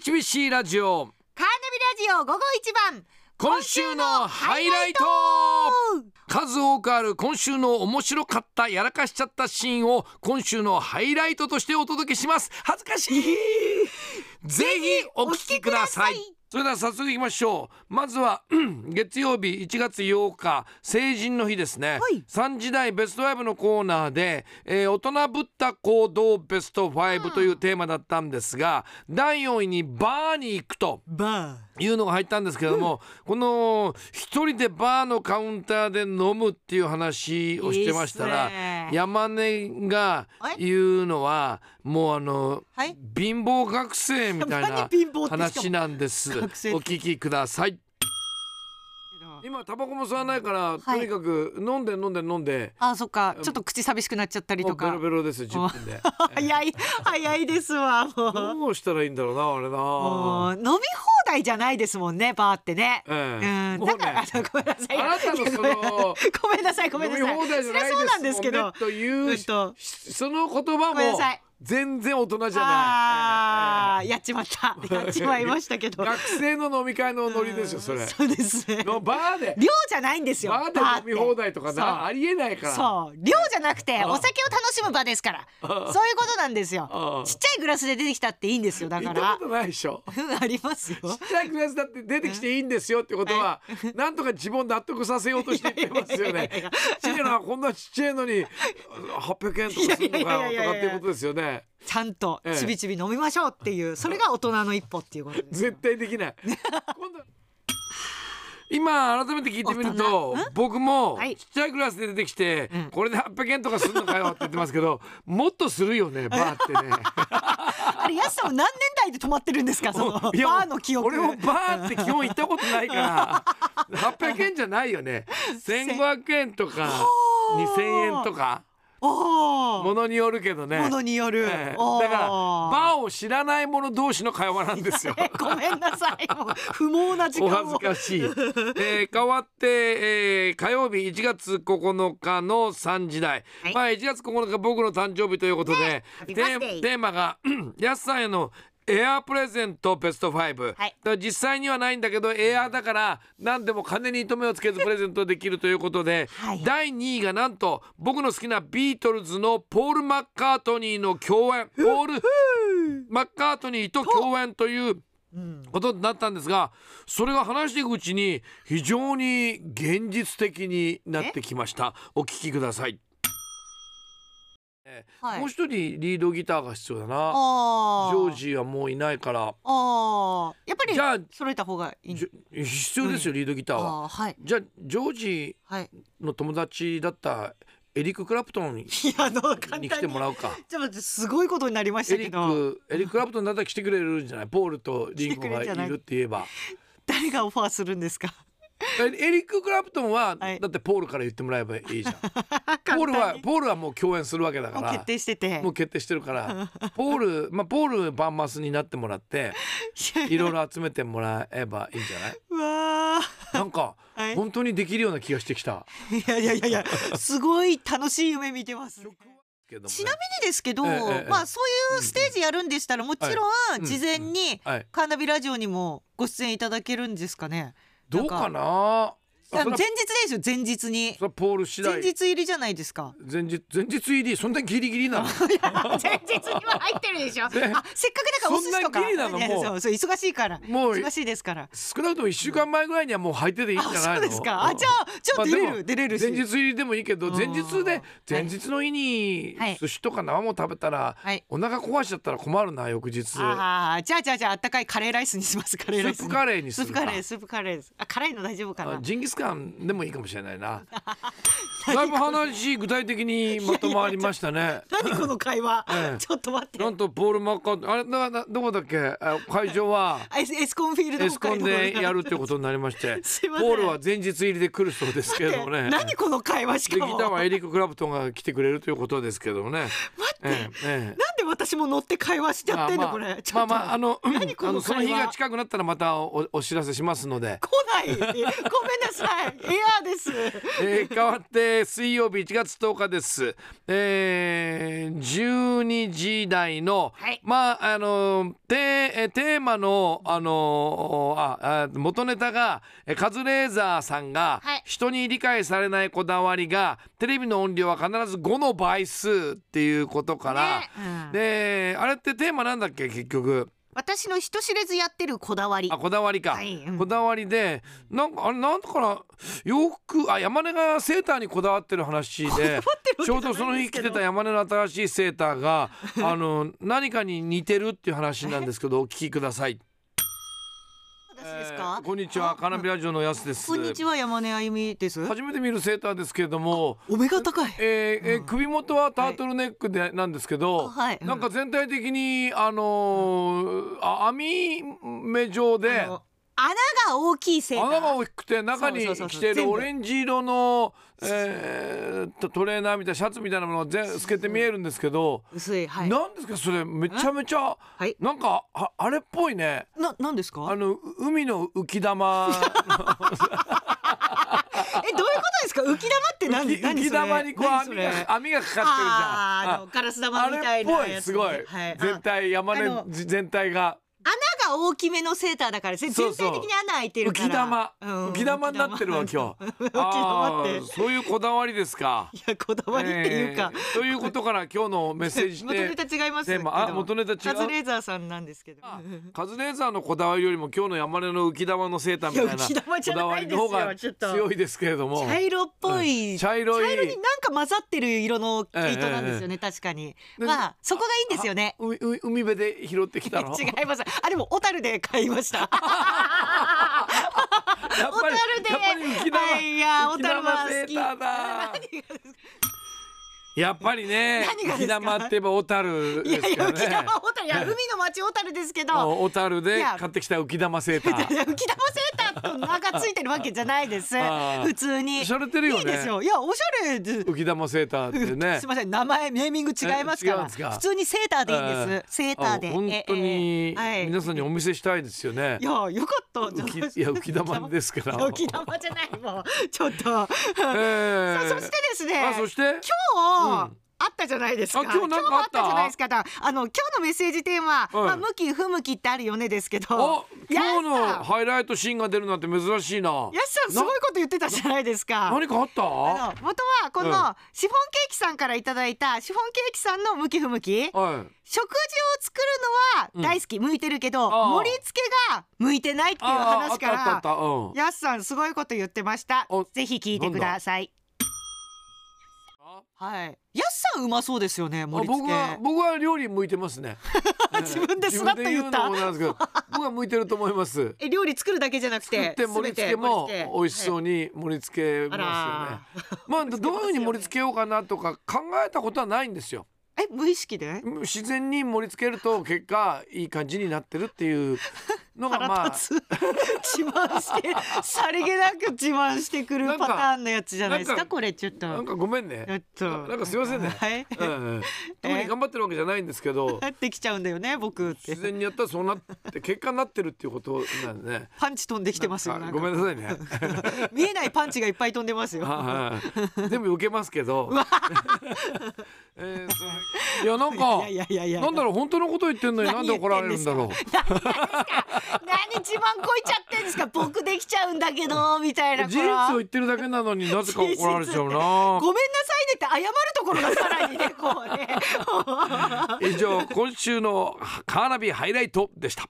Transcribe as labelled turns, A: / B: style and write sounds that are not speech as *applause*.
A: HBC ラジオ
B: カーナビラジオ午後一番
A: 今週のハイライト数多くある今週の面白かったやらかしちゃったシーンを今週のハイライトとしてお届けします恥ずか
B: *laughs*
A: しいぜひお聞きください
B: お聞きください
A: それでは早速いきましょうまずは *clears throat* うん月曜日1月8日成人の日ですね、
B: はい
A: 3時台ベスト5のコーナーで、えー大人ぶった行動ベスト5というテーマだったんですが第4位にバーに行くと
B: バ
A: いうのが入ったんですけれども、この一人でバーのカウンターで飲むっていう話をしてましたら
B: いいっすね
A: 山根が言うのはもうあの、
B: はい
A: 貧乏学生みたい
B: 山
A: な
B: 根貧乏ってしかも
A: 話なんですお
B: 学生って
A: 聞きください
B: ー
A: 今タバコも吸わないから、
B: い
A: とにかく飲んで飲んで飲んで
B: あそっかちょっと口寂しくなっちゃったり
A: も
B: と
A: うベロ
B: か
A: ベロです10分
B: *laughs*
A: で
B: 早い早いですわもう
A: どうしたらいいんだろうなあれ
B: も
A: な
B: う飲み放題じゃないですもんねバーってねう
A: ええ
B: んだからあのごめんなさい
A: あなたのその
B: いやごめんなさいごめんなさい
A: 飲み放題じゃない
B: そりゃそうなんですけど
A: もんねという、
B: うんと
A: その言葉
B: ごめんな
A: も
B: さい
A: 全然大人じゃ
B: あーやっちまったやっちまいましたけど
A: ない。学生の飲み会のノリですよそれ。
B: そうですね
A: のバーで
B: 量じゃないんですよ
A: バーで
B: バーっ
A: 飲
B: て
A: み放題とかなありえないから。
B: そう量じゃなくてお酒を楽しむ場ですからそういうことなんですよ
A: あ
B: ちっちゃいグラスで出てきたっていいんですよだ
A: 行
B: か
A: った
B: ら
A: ことないでしょ。
B: うん *laughs* ありますよ
A: ちっちゃいクラスだって出てきていいんですよってことは、なんとか自分を納得させようとして言ってますよね。ちっちゃいのはこんなちっちゃいのに800円とかするの
B: い
A: か
B: やいやいや
A: よとか
B: いや
A: っていうことですよね。
B: ちゃんと
A: ええ
B: ちびちび飲みましょうっていうそれが大人の一歩っていうことです
A: 絶対できない今度今改めて聞いてみると僕も
B: はい
A: ちっちゃいクラスで出てきて、
B: うん
A: これで800円とかするのかよって言ってますけ
B: *laughs*
A: どもっとするよねバーってね
B: あれやすさんは何年代で止まってるんですかその *laughs* バ
A: いや
B: ーの記憶
A: 俺もバーって基本行ったことない
B: *laughs*
A: から800円じゃないよね1500円とか2000円とか
B: お
A: も
B: ー
A: のによるけどね
B: ものによる
A: ええ
B: おー
A: だからバーを知らない者同士の会話なんですよ
B: ごめんなさいもう不毛な時
A: お
B: 間
A: 恥
B: を
A: ずかしい。えー、変わって、えー、火曜日1月9日の3時台、
B: はい
A: まあ1月9日僕の誕生日ということで、
B: Happy
A: テ
B: birthday
A: ーテーマが *clears throat* 「やすさんへのエアープレゼントベスト5」
B: はい
A: だから実際にはないんだけどエアーだから何でも金に糸目をつけずプレゼントできるということで、
B: はい
A: 第2位がなんと僕の好きなビートルズのポール・マッカートニーの共演ポール・マッカートニーと共演という。ことになったんですがそれが話していくうちに非常に現実的になってきましたお聞きください、え
B: はい
A: もう一人リードギターが必要だな
B: あ
A: ジョー
B: ー
A: ジはもういないから
B: あーやっぱ
A: じゃあ
B: り揃えた方がいいん
A: じょ必要ですよリードギターは、
B: あーはい
A: じゃあジョージ
B: はい
A: の友達だったエリック・クラプトンに
B: いやあの簡単
A: 来てもらうか
B: ちょっと待ってすごいことになり *laughs* まし
A: エ
B: た
A: リ
B: け
A: ッ
B: ど
A: クエリック・クラプトンだったら来てくれるんじゃないポールとリンゴがいるって言えば
B: 誰がオファーするんですか
A: エリック・クラプトンは、
B: はい
A: だってポールから言ってもらえばいい
B: *laughs*
A: じゃんポールはポールはもう共演するわけだか
B: もう
A: ら
B: 決定してて
A: もう決定してるから
B: *laughs*
A: ポールまあポールバンマスになってもらっていろいろ集めてもらえばいいんじゃな
B: *laughs*
A: いう
B: わ
A: なんか、
B: はい
A: 本当にできるような気がしてきた
B: ーいやいやいやいやすごい楽しい夢見てます
A: けどもね
B: ちなみにですけど、
A: ええええ
B: まあそういうステージやるんでしたらもちろ
A: うん
B: ん
A: うん
B: 事前に
A: はい
B: カーナビラジオにもご出演いただけるんですかね。
A: どうかな
B: あの
A: あ
B: 前日
A: それは
B: ですよ前日に
A: それはポール次
B: 前
A: 第
B: 日入りじゃないで
A: *laughs*
B: すか。
A: 前日前日入りそんなギリギリな
B: *laughs*
A: の
B: 前日には入ってるでしょ。あせっかくだからお寿司と
A: そ
B: か
A: んなギリなの
B: ね
A: もう
B: そうそう忙しいから
A: もう
B: 忙しいですから。
A: 少なくとも一週間前ぐらいにはもう入ってていいんじゃないの
B: あそうですかあ
A: ん
B: じゃあじゃあ
A: ま
B: 出れる
A: でも
B: 出れるし
A: 前日入りでもいいけど
B: うん
A: 前日
B: は
A: で
B: い
A: 前日の日に
B: はい
A: 寿司とか生も食べたら
B: はい
A: お腹壊しちゃったら困るな翌日スー
B: ああじゃあじゃあじゃああったかいカレーライスにしますカレーライス
A: プ
B: に
A: カレーに
B: ス
A: す
B: ープ
A: る
B: カ
A: か
B: レースープカレーですあ辛いの大丈夫か
A: あ
B: な
A: ジンギスカンでもいいかもしれ
B: *laughs*
A: ないなだいぶ話具体的にまとまりましたね
B: 何この会話、
A: え
B: *laughs*
A: え
B: ちょっと待って
A: なんとポール・マッカートあれななどこだっけあ会場
B: *laughs*
A: は
B: エスエスコンフィールド
A: エスコンでやるって
B: こ
A: ことになりまして
B: *laughs* すいません
A: ポールは前日入りで来るそうですけれどもね
B: *laughs* 何この会話し
A: でギ
B: か
A: タ
B: も *laughs*
A: ーはエリック・クラプトンが来てくれるということですけどもね。
B: 待って
A: ええええ
B: なんで私も乗って会話しちゃってんのこれち
A: ま
B: ょ
A: あ
B: っと
A: まああの,、うん、
B: 何こ
A: あ
B: の
A: のその日
B: 会話
A: が近くなったらまたおお知らせしますので。 *laughs*
B: 来ないごめんな *laughs* さいエアーです
A: えー、変わって水曜日1月10日です、えー、12時台の、
B: はい
A: まああのテーテーマの、あのああ元ネタがえカズレーザーさんが、
B: はい
A: 人に理解されないこだわりがテレビの音量は必ず5の倍数っていうことから、
B: ねうん
A: であれってテーマなんだっけ結局
B: 私の人知れずやってるこだわり
A: あこだわりか、
B: はいうん
A: こだわりでなんかあれなんだから洋服あ山根がセーターにこだわってる話
B: *laughs*
A: で
B: るわけ
A: ち
B: じゃ
A: ょ
B: な
A: うど
B: いんですけど
A: その日着てた山根の新しいセーターがあの何かに似てるっていう話なんですけどお聞きください。
B: 私ですか、
A: えーこんにちはカナビラジオのやすです。
B: こんにちは山根あゆみです
A: 初めて見るセーターですけれども。
B: お目が高い
A: えーえー首元はタートルネックでなんですけど、
B: あはいうん
A: なんか全体的にあのーあ網目状で
B: あの穴が大きいせい
A: 穴が
B: か
A: 大きくて中に
B: そうそうそ
A: 着
B: うそう
A: て
B: 全
A: る
B: 部
A: オレンジ色の、えーとトレーナーみたいなシャツみたいなものが全透けて見えるんですけど、
B: 薄いはい
A: なんですかそれめちゃめちゃ
B: はい
A: なんかああれっぽいね
B: ななんですか
A: あのう海の浮き玉
B: えどういうことですか浮き玉って *laughs* 何
A: 浮
B: 何
A: き
B: それ
A: 玉にこう
B: 何そ
A: 網
B: れ
A: が網がかかってるじゃん。
B: あーあ
A: あ
B: のガラス玉
A: あ
B: みた
A: れ
B: い
A: っ
B: な
A: ぽい
B: やつ
A: すごい
B: はい、あ
A: 全体山
B: あ
A: 根
B: の
A: 全体が
B: 穴が大きめのセーターだから全
A: そ
B: 全
A: うそう
B: 体的に穴開いて
A: 浮
B: るから
A: き玉
B: うん
A: 浮き玉になってるわ今日
B: 浮き玉って
A: あーそういうこだわりです
B: *laughs*
A: か
B: いやこだわりっていうか、
A: えーということから今日のメッセージ
B: *laughs* 元ネ
A: で
B: タ違いますけ
A: テー
B: ど
A: マあ元ネタ違う
B: カズレーザーさんなんですけど
A: あ
B: うん
A: カズレーザーのこだわりよりも今日の山根の浮き玉のセーターみたいない
B: や浮き玉じ
A: こ
B: ゃ
A: だわ
B: な
A: り
B: い
A: の
B: ですよ
A: 方が
B: ちょっと
A: 強いですけれども
B: 茶色っぽい、
A: うん茶色い
B: になんか混ざってる色の毛糸なんですよね、確かに
A: で
B: まあそこがいいんですよね
A: うう海辺で拾ってきたの
B: *laughs* 違いますあでも小樽で買いました
A: やっ
B: 小
A: ぱりや
B: 樽で
A: っぱり浮き玉
B: はいいや
A: 浮
B: 小
A: き
B: 樽は
A: 玉セー
B: 好き
A: ターだやっぱりね
B: 何
A: 浮
B: がですか
A: き玉って言えば小樽
B: いや
A: です
B: いや
A: よ
B: 浮き
A: ね
B: 玉小樽いや海の町小樽ですけど
A: お小樽で
B: いや
A: 買ってきた浮き玉セータ
B: い
A: ー
B: や浮き玉セーターと名がついてるわけじゃないです
A: あー
B: 普通に
A: 洒落てるよね
B: いいですよいやおしゃれで
A: 浮き玉セーターってね
B: すみません名前ネーミング違いますか
A: え違うん
B: ら
A: ですか
B: 普通にセーターでいいんですセーターで
A: あ本当に
B: ええええ
A: 皆さんにお見せしたいですよね
B: いやよかったじゃ
A: 浮きいや浮き玉ですから
B: 浮き玉じゃないもうちょっと
A: えー
B: そしてですね
A: あそして
B: 今日、
A: うん
B: あったじゃないですか
A: あ今日なんかあった
B: 今日もじゃないですかあの今日のメッセージテーマ、
A: い
B: まあ、向き不向きってあるよねですけど
A: あ今日
B: や
A: の
B: っさ
A: ハイライトシーンが出るなんて珍しいな
B: やっさんすごいこと言ってたじゃないですか
A: な何かあった
B: あの元はこ
A: うん
B: のシフォンケーキさんからいただいたシフォンケーキさんの向き不向き食事を
A: はい
B: 作るのは大好き、向いてるけど
A: ああ
B: 盛り付けが向いてないっていう
A: あああっ
B: 話
A: た
B: か
A: あったあっ
B: ら
A: たうん
B: やっさんすごいこと言ってました
A: お
B: ぜひ聞いてください
A: あ
B: はい。やっさんうまそうですよね盛り付
A: 僕
B: け
A: は僕は料理向いてます
B: *laughs*
A: ね
B: 自分で
A: 自
B: スラ
A: 分
B: ッ
A: で
B: と言
A: 言う
B: っ
A: の
B: た
A: もなんですけ
B: *laughs*
A: ど僕は向いてると思います
B: え料理作るだけじゃなくて
A: 作って盛り付けも美味しそう
B: に、
A: に盛り付けますよね、まあどういうふうに盛り付けようかなとか考えたことはないんですよ
B: はいえ無意識で
A: 自然に盛り付けると結果いい感じになってるっていうのがま
B: 腹
A: あ
B: 立
A: *laughs*
B: つ自慢してさりげなく自慢してくる
A: なんか
B: パターンのやつじゃないですか
A: なんか
B: これちょっと
A: なんかごめんね
B: ちょっと
A: なんかすいませんね
B: はい、
A: うんうん特に頑張ってるわけじゃないんですけ
B: *laughs*
A: ど
B: 帰ってきちゃうんだよね僕って
A: 自然にやったらそうなって結果になってるっていうことなんでね。
B: パンチ飛んできてますよ
A: あ
B: なん
A: ご
B: か
A: めんなさいね。
B: *laughs* 見えないパンチがいっぱい飛んでますよ
A: はいはい全部受けますけど。 *laughs* えーそれいやなん
B: い
A: か
B: やいやいやいや
A: なんだろう本当のこと言ってんのになんで怒られるんだろう。
B: 何自慢こいちゃってんですか僕できちゃうんだけどみたいな
A: 事実を
B: ごめんなさいね
A: 言ってるだけなのになぜか怒られちゃう
B: っ
A: な。
B: て謝るところがさらにねこうね
A: 以上今週のカーナビハイライトでした。